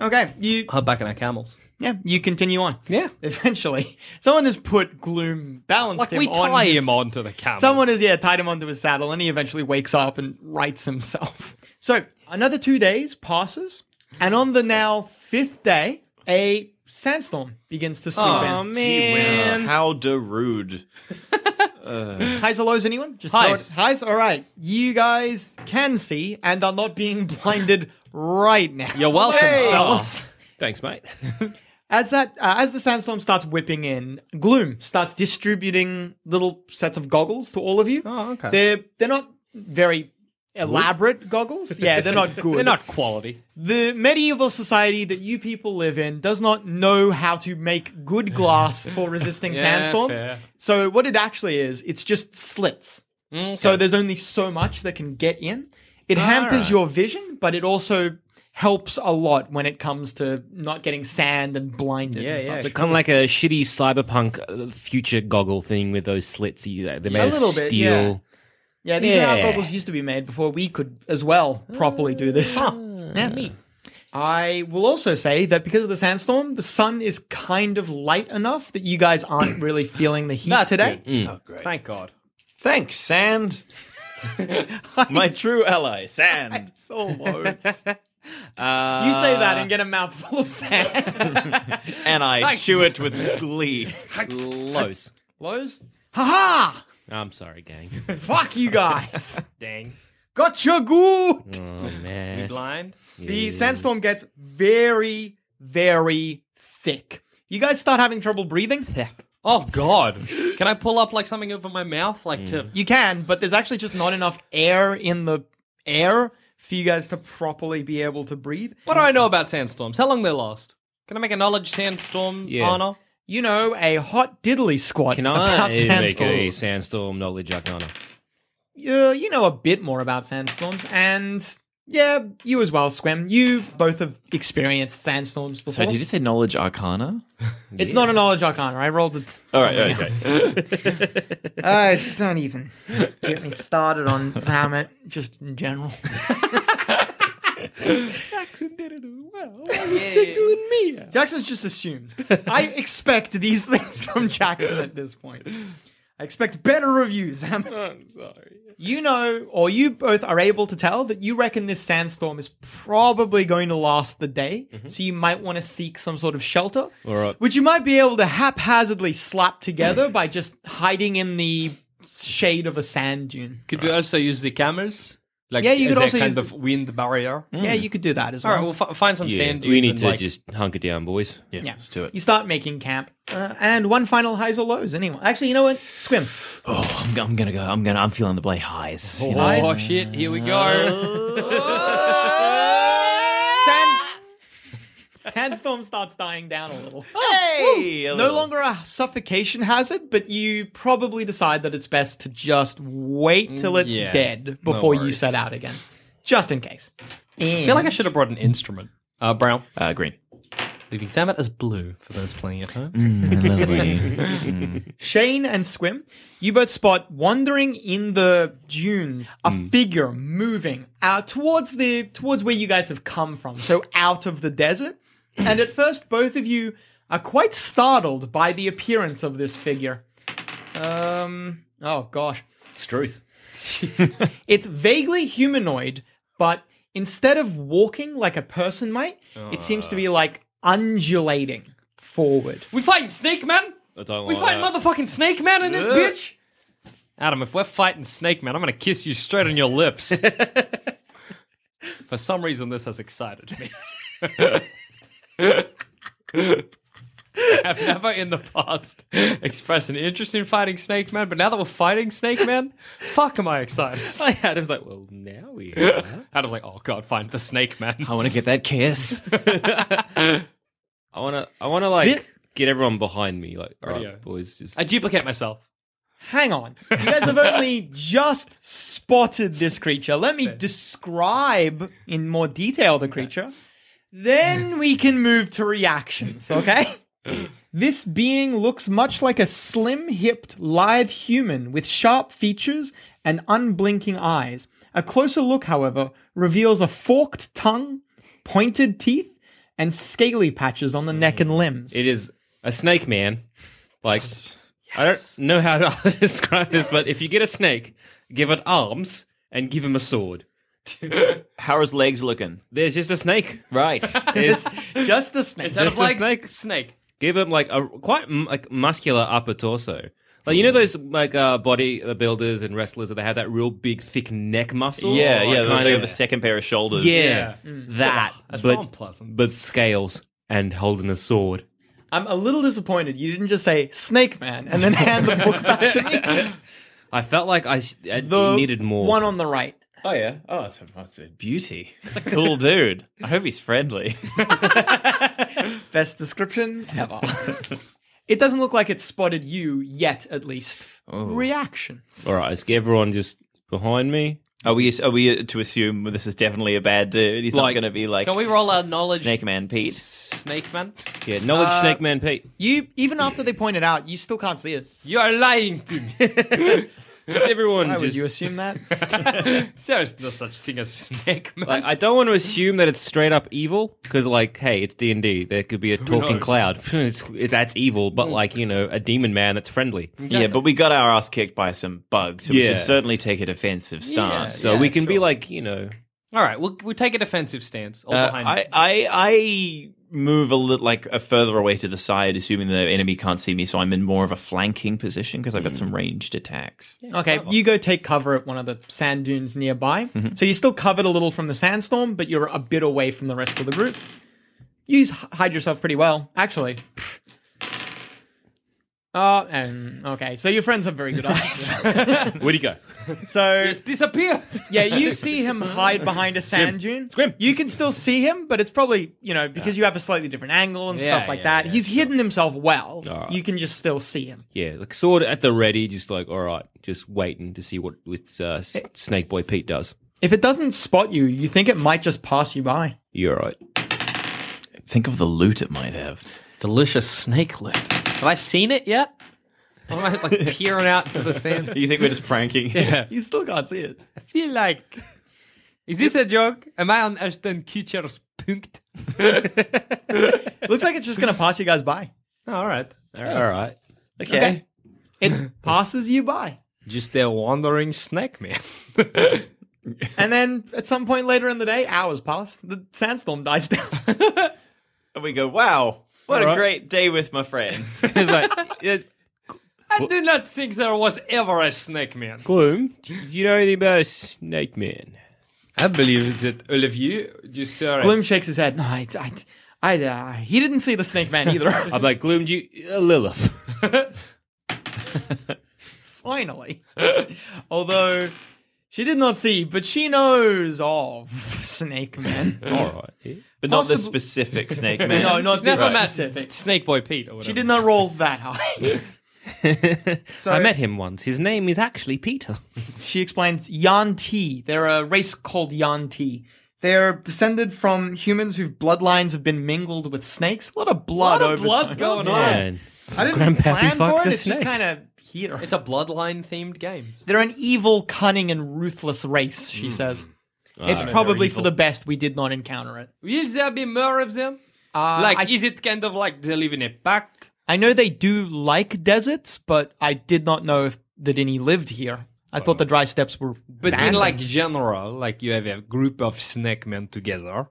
Speaker 2: Okay, you
Speaker 6: Hop back on our camels.
Speaker 2: yeah you continue on.
Speaker 6: Yeah.
Speaker 2: Eventually, someone has put gloom balanced
Speaker 6: Like
Speaker 2: him.
Speaker 6: we
Speaker 2: on
Speaker 6: tie
Speaker 2: his-
Speaker 6: him onto the camel.
Speaker 2: Someone has yeah tied him onto his saddle, and he eventually wakes up and rights himself. So another two days passes, and on the now fifth day, a sandstorm begins to sweep
Speaker 7: Oh,
Speaker 2: in.
Speaker 7: man.
Speaker 4: How de rude.
Speaker 2: Highs or lows, anyone? Just
Speaker 6: Highs.
Speaker 2: Throw it. Highs. All right, you guys can see and are not being blinded right now.
Speaker 6: You're welcome, fellas.
Speaker 7: Thanks, mate.
Speaker 2: As that uh, as the sandstorm starts whipping in, gloom starts distributing little sets of goggles to all of you.
Speaker 6: Oh, okay.
Speaker 2: They're they're not very elaborate goggles. Yeah, they're not good.
Speaker 6: They're not quality.
Speaker 2: The medieval society that you people live in does not know how to make good glass for resisting sandstorm.
Speaker 6: fair.
Speaker 2: So what it actually is, it's just slits. So there's only so much that can get in. It hampers your vision, but it also helps a lot when it comes to not getting sand and blinded. and stuff. So
Speaker 7: kind of like a shitty cyberpunk uh, future goggle thing with those slits. you- They're made
Speaker 2: A
Speaker 7: of
Speaker 2: little
Speaker 7: steel.
Speaker 2: bit, yeah. Yeah, these are
Speaker 7: Yeah.
Speaker 2: how goggles used to be made before we could as well properly do this. Yeah. I will also say that because of the sandstorm, the sun is kind of light enough that you guys aren't really feeling the heat today.
Speaker 6: Thank God.
Speaker 4: Thanks, sand. My true ally, sand.
Speaker 2: It's Uh, all lows. you say that and get a mouthful of sand.
Speaker 4: And I chew it with glee.
Speaker 7: Close. Oh,
Speaker 2: lows? Haha!
Speaker 7: I'm sorry, gang.
Speaker 2: Fuck you guys!
Speaker 6: Dang.
Speaker 2: Gotcha good!
Speaker 7: Oh, man.
Speaker 6: Blind.
Speaker 2: The sandstorm gets very, very thick. You guys start having trouble breathing?
Speaker 6: Oh God. Can I pull up like something over my mouth, like to?
Speaker 2: You can, but there's actually just not enough air in the air for you guys to properly be able to breathe.
Speaker 6: What do I know about sandstorms? How long they last? Can I make a knowledge sandstorm
Speaker 7: Yeah.
Speaker 6: honor?
Speaker 2: You know, a hot diddly squat
Speaker 7: Can I
Speaker 2: about
Speaker 7: make a
Speaker 2: sandstorms.
Speaker 7: sandstorm knowledge arcana?
Speaker 2: You, you know a bit more about sandstorms, and Yeah, you as well, Squem. You both have experienced sandstorms before.
Speaker 4: So did you say knowledge arcana?
Speaker 2: It's not a knowledge arcana. I rolled it.
Speaker 4: All right, okay.
Speaker 2: Uh, don't even get me started on Zamet, just in general.
Speaker 5: Jackson did it as well. Why are you singling me? out?
Speaker 2: Jackson's just assumed. I expect these things from Jackson at this point. I expect better reviews, Zamet.
Speaker 5: I'm sorry.
Speaker 2: You know, or you both are able to tell that you reckon this sandstorm is probably going to last the day,
Speaker 7: Mm-hmm.
Speaker 2: so you might want to seek some sort of shelter,
Speaker 6: All right.
Speaker 2: which you might be able to haphazardly slap together by just hiding in the shade of a sand dune.
Speaker 6: Could you also use the camels? Like,
Speaker 2: Yeah, you
Speaker 6: as
Speaker 2: could
Speaker 6: a
Speaker 2: also
Speaker 6: kind
Speaker 2: use Mm.
Speaker 6: of wind barrier.
Speaker 7: Hmm.
Speaker 2: Yeah, you could do that as
Speaker 6: All
Speaker 2: well.
Speaker 6: right, we'll f- find some sand dunes.
Speaker 7: we need
Speaker 6: and,
Speaker 7: to
Speaker 6: like,
Speaker 7: just hunker down, boys.
Speaker 2: Yeah.
Speaker 7: let's do
Speaker 2: You
Speaker 7: it.
Speaker 2: start making camp. Uh, and one final highs or lows, anyone. Actually, you know what? Swim.
Speaker 4: Oh, I'm, I'm gonna go. I'm gonna. I'm feeling the blade highs. You know?
Speaker 6: Oh shit! Here we go.
Speaker 2: Sand... Sandstorm starts dying down a little.
Speaker 4: Hey, a
Speaker 2: No
Speaker 4: little-
Speaker 2: longer a suffocation hazard, but you probably decide that it's best to just wait till it's
Speaker 6: Mm, yeah.
Speaker 2: dead
Speaker 6: No
Speaker 2: before you
Speaker 6: worries.
Speaker 2: set out again. Just in case.
Speaker 6: I feel like I should have brought an instrument. Uh, brown.
Speaker 4: Uh, green.
Speaker 6: Leaving Sam as blue for those playing at home.
Speaker 2: Shane and Squim, you both spot wandering in the dunes a
Speaker 7: Mm.
Speaker 2: figure moving out towards the towards where you guys have come from, so out of the desert. And at first, both of you are quite startled by the appearance of this figure. Um, oh gosh,
Speaker 7: It's truth.
Speaker 2: it's vaguely humanoid, but instead of walking like a person might, it seems to
Speaker 7: Ah.
Speaker 2: be like undulating forward.
Speaker 5: We fighting Snake Man?
Speaker 7: I don't
Speaker 5: We
Speaker 7: like
Speaker 5: fighting
Speaker 7: that.
Speaker 5: motherfucking Snake Man in this bitch?
Speaker 6: Adam, if we're fighting Snake Man, I'm gonna kiss you straight on your lips. for some reason, this has excited me. I've never in the past expressed an interest in fighting Snake Man, but now that we're fighting Snake Man, fuck am I excited.
Speaker 7: Adam's like, well, Oh, now we. Are.
Speaker 6: Adam's like, oh god, find the Snake Man.
Speaker 4: I want to get that kiss.
Speaker 7: I want to. I want to like get everyone behind me. Like, all
Speaker 6: Radio.
Speaker 7: right, boys, just
Speaker 6: I duplicate myself.
Speaker 2: Hang on. You guys have only just spotted this creature. Let me describe in more detail the creature. Then we can move to reactions, okay? This being looks much like a slim hipped live human with sharp features and unblinking eyes. A closer look, however, reveals a forked tongue, pointed teeth, and scaly patches on the neck and limbs.
Speaker 7: It is a snake man. Like I don't know how to describe this, but if you get a snake, give it arms and give him a sword.
Speaker 4: How are his legs looking?
Speaker 7: There's just a snake.
Speaker 4: Right.
Speaker 7: There's,
Speaker 2: Just a snake.
Speaker 7: Just a snake.
Speaker 6: Snake.
Speaker 7: give him like a quite m- like muscular upper torso. Like you know
Speaker 2: Mm.
Speaker 7: those like uh, body builders and wrestlers that they have that real big thick neck muscle.
Speaker 4: yeah,
Speaker 7: Like,
Speaker 4: yeah.
Speaker 7: kind
Speaker 4: They have
Speaker 7: of-
Speaker 4: the second pair of shoulders.
Speaker 7: Oh, yeah, that.
Speaker 6: Mm. That's not
Speaker 7: but
Speaker 6: unpleasant.
Speaker 7: but scales and holding a sword.
Speaker 2: I'm a little disappointed you didn't just say Snake Man and then hand the book back to me.
Speaker 7: I felt like I, s- I
Speaker 2: The
Speaker 7: needed more.
Speaker 2: One on the right.
Speaker 4: Oh yeah. Oh, that's a, that's a beauty. That's a cool dude. I hope he's friendly.
Speaker 2: Best description ever. it doesn't look like it spotted you yet, at least.
Speaker 7: Oh.
Speaker 2: Reaction.
Speaker 7: All right, let's get everyone just behind me.
Speaker 4: Are we? Are we to assume this is definitely a bad dude? He's
Speaker 7: Like-
Speaker 4: not going to be like
Speaker 6: Can we roll our knowledge
Speaker 4: Snake Man Pete.
Speaker 6: Snake Man?
Speaker 7: Yeah, knowledge
Speaker 6: Uh,
Speaker 7: snake man Pete.
Speaker 2: You even after they pointed out, you still can't see it.
Speaker 6: You are lying to me.
Speaker 7: Just everyone
Speaker 2: Why would
Speaker 7: just
Speaker 2: you assume that?
Speaker 6: There's no such thing as Snake Man.
Speaker 7: like I don't want to assume that it's straight up evil because like hey, it's D and D. There could be a talking
Speaker 6: knows? Hmm.
Speaker 7: cloud. It's- that's evil, but like you know, a demon man that's friendly.
Speaker 4: Yeah, but we got our ass kicked by some bugs, so we
Speaker 7: Yeah.
Speaker 4: should certainly take a defensive stance.
Speaker 7: So we can be like you know,
Speaker 6: All right, we'll, we'll take a defensive stance. All
Speaker 4: Uh,
Speaker 6: behind
Speaker 4: I, I I move a little like a further away to the side, assuming the enemy can't see me, so I'm in more of a flanking position because I've got some ranged attacks.
Speaker 2: Okay, you go take cover at one of the sand dunes nearby.
Speaker 7: Mm-hmm.
Speaker 2: So you're still covered a little from the sandstorm, but you're a bit away from the rest of the group. You s- hide yourself pretty well, actually. Oh, and okay. So your friends have very good eyes.
Speaker 7: where'd he go?
Speaker 2: So
Speaker 6: Just disappear.
Speaker 2: yeah, you see him hide behind a sand dune.
Speaker 7: Scrim.
Speaker 2: You can still see him, but it's probably you know because you have a slightly different angle and stuff
Speaker 7: Yeah,
Speaker 2: like
Speaker 7: yeah,
Speaker 2: that.
Speaker 7: yeah,
Speaker 2: He's hidden himself well.
Speaker 7: Alright.
Speaker 2: You can just still see him.
Speaker 7: Yeah, like sword at the ready, just like all right, just waiting to see what with uh, S- Snake Boy Pete does.
Speaker 2: If it doesn't spot you, you think it might just pass you by.
Speaker 4: You're right. Think of the loot it might have.
Speaker 7: Delicious snake loot.
Speaker 5: Have I seen it yet? Or am I like peering out into the sand?
Speaker 4: You think we're just pranking?
Speaker 5: Yeah.
Speaker 2: You still can't see it.
Speaker 5: I feel like. Is this a joke? Am I on Ashton Kutcher's punkt?
Speaker 2: Looks like it's just going to pass you guys by.
Speaker 5: All right.
Speaker 7: All right. All right.
Speaker 4: Okay.
Speaker 2: It passes you by.
Speaker 6: Just a wandering snake, man.
Speaker 2: And then at some point later in the day, hours pass, the sandstorm dies down.
Speaker 4: And we go, wow, what a
Speaker 7: Alright.
Speaker 4: great day with my friends.
Speaker 7: It's like, yeah,
Speaker 5: I do not think there was ever a snake man.
Speaker 7: Gloom, do you know anything about a snake man?
Speaker 6: I believe that all of you just saw
Speaker 2: Gloom shakes his head. No, I, I, I, uh, he didn't see the snake man either.
Speaker 7: I'm like, Gloom, do you. Uh, Lilith.
Speaker 2: Finally. Although she did not see, but she knows of snake man.
Speaker 7: All right.
Speaker 4: but not the
Speaker 2: Possibly-
Speaker 4: specific snake man.
Speaker 2: No, not this
Speaker 5: That's
Speaker 2: right.
Speaker 5: a
Speaker 2: specific.
Speaker 5: Snake boy Pete or whatever.
Speaker 2: She did not roll that high. so
Speaker 7: I met him once. His name is actually Peter.
Speaker 2: She explains Yan Ti. They're a race called Yan Ti. They're descended from humans whose bloodlines have been mingled with snakes. A lot of blood
Speaker 5: Lot of
Speaker 2: over
Speaker 5: blood
Speaker 2: time.
Speaker 5: going
Speaker 4: Oh.
Speaker 5: on.
Speaker 7: Man.
Speaker 2: I didn't
Speaker 7: Grandpappy
Speaker 2: plan
Speaker 7: fucked
Speaker 2: for it.
Speaker 7: a
Speaker 2: It's just
Speaker 7: snake.
Speaker 2: kind of here.
Speaker 5: It's a bloodline themed games.
Speaker 2: They're an evil, cunning, and ruthless race.
Speaker 5: Hmm.
Speaker 2: She says.
Speaker 5: Ah,
Speaker 2: It's
Speaker 7: Alright.
Speaker 2: probably for the best we did not encounter it.
Speaker 5: Will there be more of them?
Speaker 2: Uh,
Speaker 5: like,
Speaker 2: I-
Speaker 5: is it kind of like they live in a pack?
Speaker 2: I know they do like deserts, but I did not know if, that any lived here. I thought the dry steps were.
Speaker 6: But in like general, like you have a group of snake men together.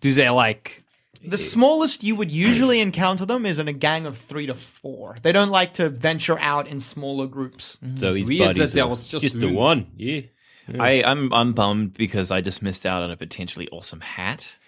Speaker 6: Do they like
Speaker 2: The smallest you would usually encounter them is in a gang of three to four. They don't like to venture out in smaller groups.
Speaker 7: So he's
Speaker 6: Weird
Speaker 7: buddies
Speaker 6: that there
Speaker 7: with-
Speaker 6: was just
Speaker 7: just the
Speaker 6: one.
Speaker 7: one. Yeah.
Speaker 4: I, I'm I'm bummed because I just missed out on a potentially awesome hat.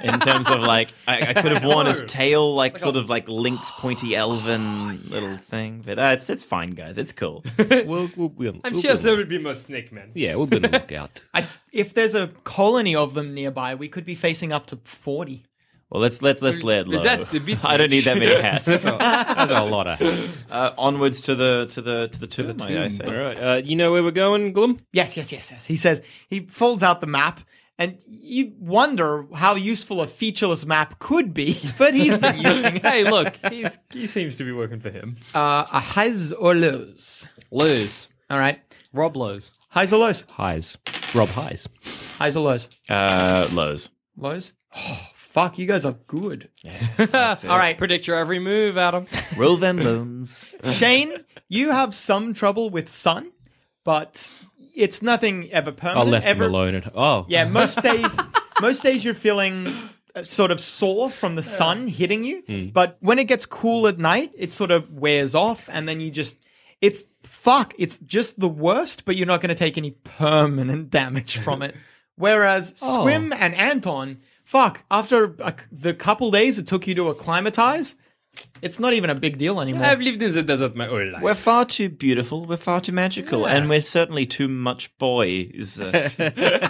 Speaker 4: In terms of like, I, I could have worn
Speaker 5: Oh.
Speaker 4: his tail, like, sort of like linked, pointy, elven little thing. But uh, it's it's fine, guys. It's cool.
Speaker 7: We'll, we'll, we'll,
Speaker 5: I'm
Speaker 7: we'll
Speaker 5: sure
Speaker 7: go-
Speaker 5: there will be more snake men.
Speaker 7: Yeah, we're going to look out.
Speaker 2: I, if there's a colony of them nearby, we could be facing up to 40.
Speaker 4: Well, let's let's let's let it low.
Speaker 6: That's a bit
Speaker 4: I don't need that many hats.
Speaker 7: That's a lot of hands.
Speaker 4: uh, onwards to the to the to the tomb. I, I say.
Speaker 7: All right. Uh, you know where we're going, Gloom?
Speaker 2: Yes, yes, yes, yes. He says, he folds out the map, and you wonder how useful a featureless map could be, but he's been using it.
Speaker 5: hey, look, he's, he seems to be working for him.
Speaker 2: Uh, a highs or lows?
Speaker 6: Lowe's?
Speaker 2: All right.
Speaker 6: Rob Lowe's.
Speaker 2: Highs or lows?
Speaker 7: Highs. Rob Highs.
Speaker 2: Highs or lows?
Speaker 4: Uh, Lowe's.
Speaker 2: Lows? Oh, fuck, you guys are good.
Speaker 5: All right. Predict your every move, Adam.
Speaker 4: Roll them loans.
Speaker 2: Shane, you have some trouble with sun, but it's nothing ever
Speaker 7: I
Speaker 2: permanent.
Speaker 7: left
Speaker 2: ever...
Speaker 7: him alone. At, oh.
Speaker 2: Yeah, most days, most days you're feeling uh, sort of sore from the sun hitting you,
Speaker 7: Hmm.
Speaker 2: but when it gets cool at night, it sort of wears off, and then you just. It's fuck. It's just the worst, but you're not going to take any permanent damage from it. Whereas
Speaker 7: Oh.
Speaker 2: Swim and Anton, fuck, after a, the couple days it took you to acclimatize, it's not even a big deal anymore.
Speaker 6: I've lived in the desert my whole life.
Speaker 4: We're far too beautiful. We're far too magical, and we're certainly too much boys. Uh,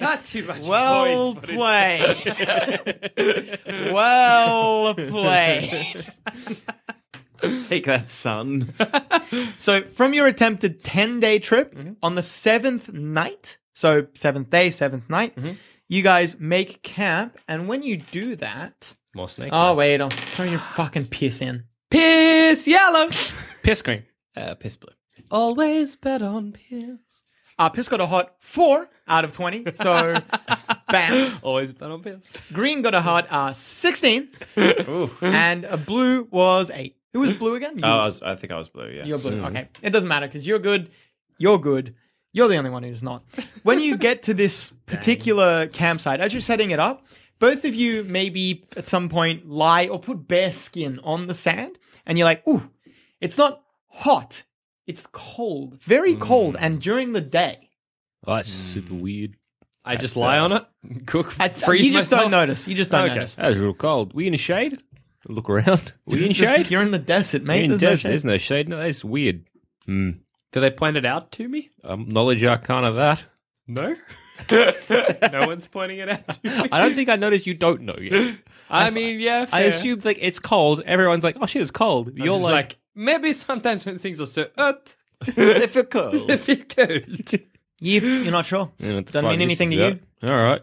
Speaker 5: Not too much.
Speaker 2: Well
Speaker 5: voice, but it's-
Speaker 2: played. well played.
Speaker 4: take that, son.
Speaker 2: So, from your attempted 10 day trip
Speaker 5: Mm-hmm.
Speaker 2: on the seventh night, so seventh day, seventh night,
Speaker 5: Mm-hmm.
Speaker 2: you guys make camp. And when you do that,
Speaker 6: More snake.
Speaker 2: oh, wait, I'll throw your fucking piss in.
Speaker 5: Piss yellow.
Speaker 7: Piss green.
Speaker 4: Uh, piss blue.
Speaker 5: Always bet on piss.
Speaker 2: Uh, piss got a hot four out of 20. So, bam.
Speaker 5: Always bet on piss.
Speaker 2: Green got a hot uh, 16. and a blue was eight. Who was blue again? You.
Speaker 5: Uh,
Speaker 4: Oh, I, was, I think I was blue. Yeah.
Speaker 2: You're
Speaker 7: Hmm.
Speaker 2: blue. Okay. It doesn't matter because you're good. You're good. You're the only one who's not. When you get to this particular campsite, as you're setting it up, both of you maybe at some point lie or put bear skin on the sand, and you're like, ooh, it's not hot. It's cold, very
Speaker 7: Hmm.
Speaker 2: cold, and during the day.
Speaker 7: Oh, that's super weird.
Speaker 6: I just lie on it, cook,
Speaker 2: At,
Speaker 6: freeze
Speaker 2: you just
Speaker 6: myself.
Speaker 2: don't notice. You just don't
Speaker 6: Okay.
Speaker 2: notice.
Speaker 7: That was real cold. We in a shade? Look around. We in
Speaker 2: Just-
Speaker 7: shade?
Speaker 2: you're in the desert,
Speaker 7: We
Speaker 2: mate.
Speaker 7: in
Speaker 2: There's
Speaker 7: desert.
Speaker 2: no shade.
Speaker 7: There's no shade. No, that's weird. Hmm.
Speaker 6: Do they point it out to me?
Speaker 7: Um, knowledge arcana that.
Speaker 6: No. no one's pointing it out to me.
Speaker 7: I don't think I noticed you don't know yet.
Speaker 5: I mean, yeah. Fair.
Speaker 7: I assumed like it's cold. Everyone's like, oh shit, it's cold. You're
Speaker 5: Just
Speaker 7: like,
Speaker 6: uh,
Speaker 5: Maybe sometimes when things are so hot,
Speaker 4: They feel cold.
Speaker 5: they feel cold.
Speaker 2: You, you're not sure.
Speaker 7: You know what the
Speaker 2: Doesn't
Speaker 7: fuck
Speaker 2: mean
Speaker 7: this
Speaker 2: anything
Speaker 7: is
Speaker 2: to
Speaker 7: about. All right.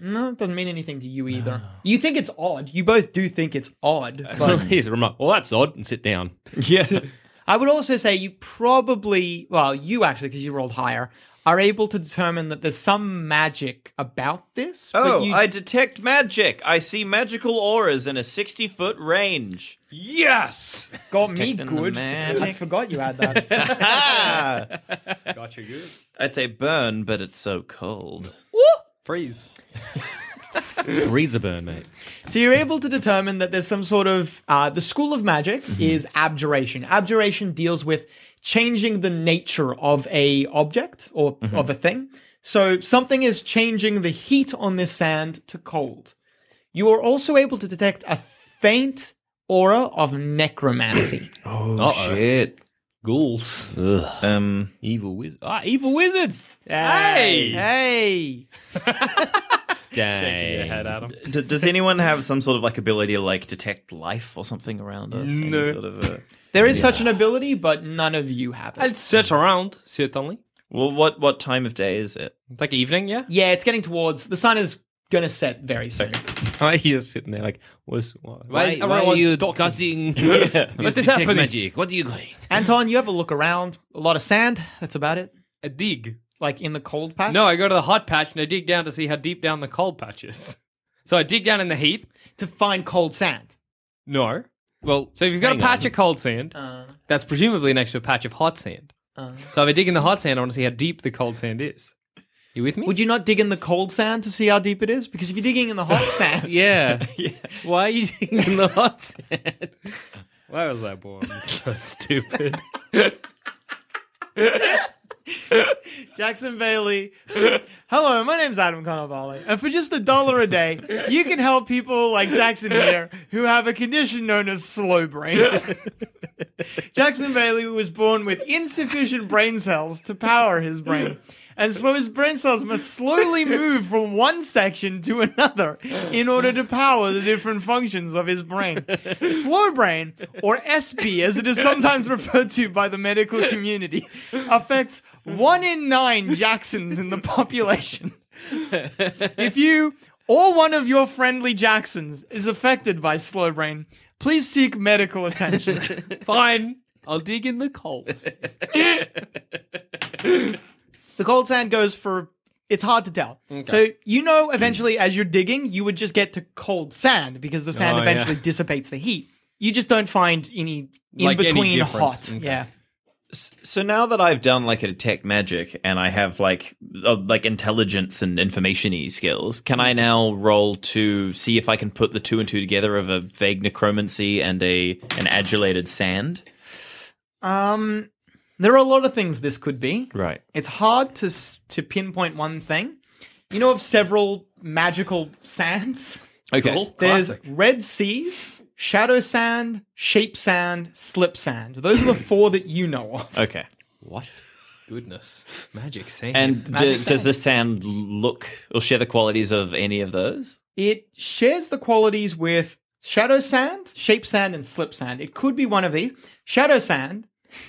Speaker 2: No, it doesn't mean anything to you either. You think it's odd. You both do think it's odd. But
Speaker 7: Here's a remark. Well, that's odd. And sit down.
Speaker 2: yeah. I would also say you probably, well, you actually, because you rolled higher, are able to determine that there's some magic about this. but
Speaker 4: Oh,
Speaker 2: you-
Speaker 4: I detect magic. I see magical auras in a 60 foot range.
Speaker 7: Yes.
Speaker 2: got me
Speaker 4: detecting the
Speaker 2: good. I
Speaker 4: magic.
Speaker 2: forgot you had that.
Speaker 7: Gotcha, you.
Speaker 4: I'd say burn, but it's so cold.
Speaker 6: Freeze.
Speaker 7: Freezer burn, mate.
Speaker 2: so you're able to determine that there's some sort of, uh, the school of magic
Speaker 6: Mm-hmm.
Speaker 2: is abjuration. Abjuration deals with changing the nature of a object or
Speaker 6: Mm-hmm.
Speaker 2: of a thing. So something is changing the heat on this sand to cold. You are also able to detect a faint aura of necromancy.
Speaker 7: Oh
Speaker 4: Shit.
Speaker 7: Ghouls.
Speaker 4: Um,
Speaker 7: Evil wizards. Ah, evil wizards.
Speaker 6: Hey!
Speaker 2: hey!
Speaker 7: Dang.
Speaker 6: Shaking your head, Adam.
Speaker 4: d- does anyone have some sort of like ability to like detect life or something around us? Any
Speaker 6: No.
Speaker 4: Sort of, uh,
Speaker 2: There is such an ability, but none of you have
Speaker 6: I'll
Speaker 2: it.
Speaker 6: search around, certainly.
Speaker 4: well, what what time of day is it?
Speaker 6: It's like evening, yeah?
Speaker 2: Yeah, it's getting towards the sun is gonna set very soon.
Speaker 7: Why are you sitting there like, what's, why,
Speaker 6: Why is everyone
Speaker 7: cussing?
Speaker 6: talking? What is happening?
Speaker 7: What are you going?
Speaker 2: Anton, you have a look around. A lot of sand. That's about it.
Speaker 6: A dig.
Speaker 2: Like in the cold patch.
Speaker 6: No, I go to the hot patch and I dig down to see how deep down the cold patch is. So I dig down in the heat.
Speaker 2: to find cold sand.
Speaker 6: No. Well, so if you've got a
Speaker 7: hang
Speaker 6: patch
Speaker 7: on.
Speaker 6: of cold sand,
Speaker 2: Uh,
Speaker 6: that's presumably next to a patch of hot sand.
Speaker 2: uh.
Speaker 6: So if I dig in the hot sand, I want to see how deep the cold sand is. You with me?
Speaker 2: Would you not dig in the cold sand to see how deep it is? Because if you're digging in the hot sand,
Speaker 7: Yeah. Why are you in the hot sand?
Speaker 6: Why was I born? so stupid.
Speaker 2: Jackson Bailey. Hello, my name's Adam Cannavale, and for just a dollar a day, you can help people like Jackson here who have a condition known as slow brain. Jackson Bailey was born with insufficient brain cells to power his brain. And so his brain cells must slowly move from one section to another in order to power the different functions of his brain. Slow brain, or SB as it is sometimes referred to by the medical community, affects one in nine Jacksons in the population. If you or one of your friendly Jacksons is affected by slow brain, please seek medical attention.
Speaker 6: Fine. I'll dig in the cold.
Speaker 2: The cold sand goes for. It's hard to tell. So you know, eventually, as you're digging, you would just get to cold sand because the sand
Speaker 6: Oh, yeah.
Speaker 2: eventually dissipates the heat. You just don't find any in
Speaker 6: Like any
Speaker 2: between
Speaker 6: difference.
Speaker 2: hot.
Speaker 6: Okay.
Speaker 2: Yeah.
Speaker 4: So now that I've done like a detect magic and I have like uh, like intelligence and information-y skills, can I now roll to see if I can put the two and two together of a vague necromancy and a an adulated sand?
Speaker 2: Um, there are a lot of things this could be.
Speaker 4: Right.
Speaker 2: It's hard to s- to pinpoint one thing. You know of several magical sands.
Speaker 4: Okay.
Speaker 2: There's red seas, shadow sand, shape sand, slip sand. Those are the four that you know of.
Speaker 4: Okay.
Speaker 7: What?
Speaker 6: Goodness. Magic sand.
Speaker 4: And do,
Speaker 2: Magic
Speaker 4: does the sand look or share the qualities of any of those?
Speaker 2: It shares the qualities with shadow sand, shape sand, and slip sand. It could be one of these. Shadow sand,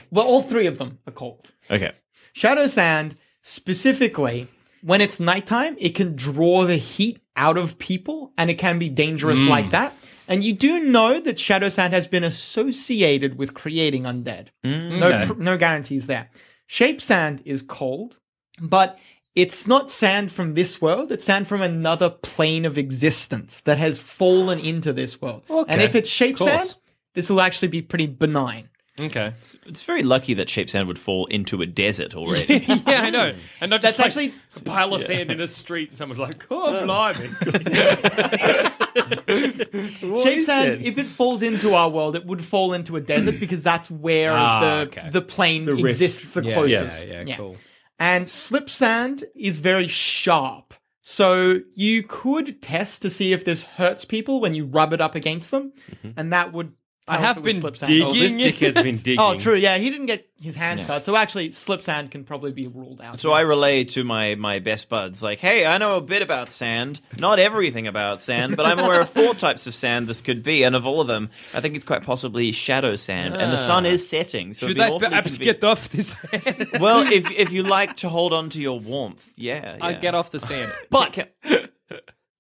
Speaker 2: well, all three of them are cold.
Speaker 4: Okay.
Speaker 2: Shadow sand, specifically, when it's nighttime, it can draw the heat out of people and it can be dangerous like that. And you do know that shadow sand has been associated with creating undead. No, pr- no guarantees there. Shape sand is cold, but it's not sand from this world. It's sand from another plane of existence that has fallen into this world. And if it's shape sand, this will actually be pretty benign.
Speaker 6: okay.
Speaker 4: It's very lucky that shape sand would fall into a desert already.
Speaker 6: yeah, I know. And not just
Speaker 2: That's
Speaker 6: like
Speaker 2: actually-
Speaker 6: a pile of sand in a street and someone's like, oh, blimey.
Speaker 2: shape sand, if it falls into our world, it would fall into a desert because that's where
Speaker 6: Ah,
Speaker 2: the
Speaker 6: okay.
Speaker 2: the plane exists the
Speaker 6: Yeah, yeah,
Speaker 2: closest.
Speaker 6: yeah, cool.
Speaker 2: And slip sand is very sharp. So
Speaker 6: Mm-hmm.
Speaker 2: you could test to see if this hurts people when you rub it up against them, and that would
Speaker 5: I
Speaker 2: have
Speaker 5: been
Speaker 2: slip sand.
Speaker 7: Oh, this dickhead's been digging.
Speaker 2: Oh, true. Yeah, he didn't get his hands
Speaker 4: Yeah.
Speaker 2: cut, so actually, slip sand can probably be ruled out.
Speaker 4: So I relay to my, my best buds, like, hey, I know a bit about sand, not everything about sand, but I'm aware of four types of sand this could be, and of all of them, I think it's quite possibly shadow sand, and the sun is setting. So it'd be
Speaker 6: Ah. Should I
Speaker 4: awfully
Speaker 6: perhaps
Speaker 4: convenient.
Speaker 6: get off this hand?
Speaker 4: Well, if if you like to hold on to your warmth, yeah,
Speaker 6: I
Speaker 4: yeah.
Speaker 6: get off the sand. But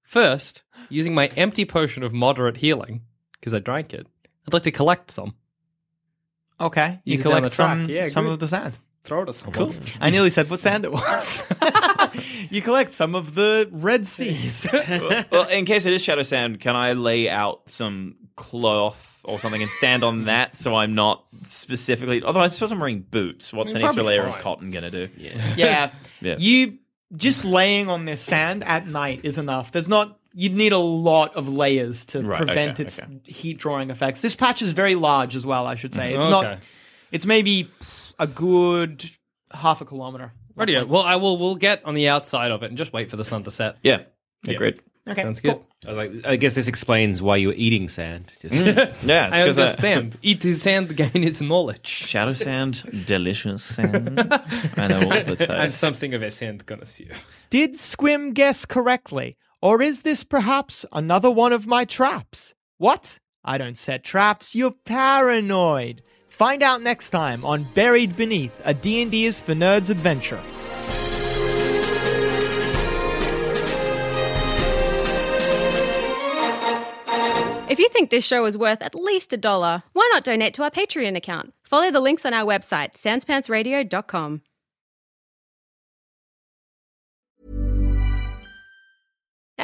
Speaker 6: first, using my empty potion of moderate healing, because I drank it, I'd like to collect some.
Speaker 2: okay,
Speaker 6: Use
Speaker 2: you
Speaker 6: it down
Speaker 2: collect
Speaker 6: the track.
Speaker 2: some,
Speaker 6: Yeah,
Speaker 2: some
Speaker 6: good.
Speaker 2: of the sand.
Speaker 6: Throw it at someone. Hmm. Cool.
Speaker 2: I nearly said what sand it was. you collect some of the red seas.
Speaker 4: well, in case it is shadow sand, can I lay out some cloth or something and stand
Speaker 7: Mm.
Speaker 4: on that so I'm not specifically? Although I suppose I'm wearing boots. What's an extra layer of cotton gonna do? Yeah.
Speaker 2: yeah.
Speaker 4: Yeah.
Speaker 2: You just laying on this sand at night is enough. There's not you'd need a lot of layers to
Speaker 4: Right,
Speaker 2: prevent
Speaker 4: okay,
Speaker 2: its
Speaker 4: okay.
Speaker 2: heat drawing effects. This patch is very large as well, I should say. It's
Speaker 6: Mm-hmm. Okay.
Speaker 2: not it's maybe a good half a kilometer.
Speaker 6: Radio. Well, I will. We'll get on the outside of it and just wait for the sun to set.
Speaker 4: Yeah. Agreed.
Speaker 2: Okay.
Speaker 6: Sounds
Speaker 2: cool.
Speaker 6: good.
Speaker 7: I, was like, I guess this explains why you were eating sand. Just-
Speaker 4: Mm. Yeah. it's
Speaker 6: I
Speaker 4: 'cause uh,
Speaker 6: understand. Eat his sand, gain his knowledge.
Speaker 4: Shadow sand, delicious sand. I know all the
Speaker 6: I'm
Speaker 4: types.
Speaker 6: something of a sand connoisseur.
Speaker 2: Did Squim guess correctly? Or is this perhaps another one of my traps? What? I don't set traps, you're paranoid. Find out next time on Buried Beneath, a D&D is for nerds adventure.
Speaker 10: If you think this show is worth at least a dollar, why not donate to our Patreon account? Follow the links on our website, sanspantsradio.com.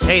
Speaker 11: Hey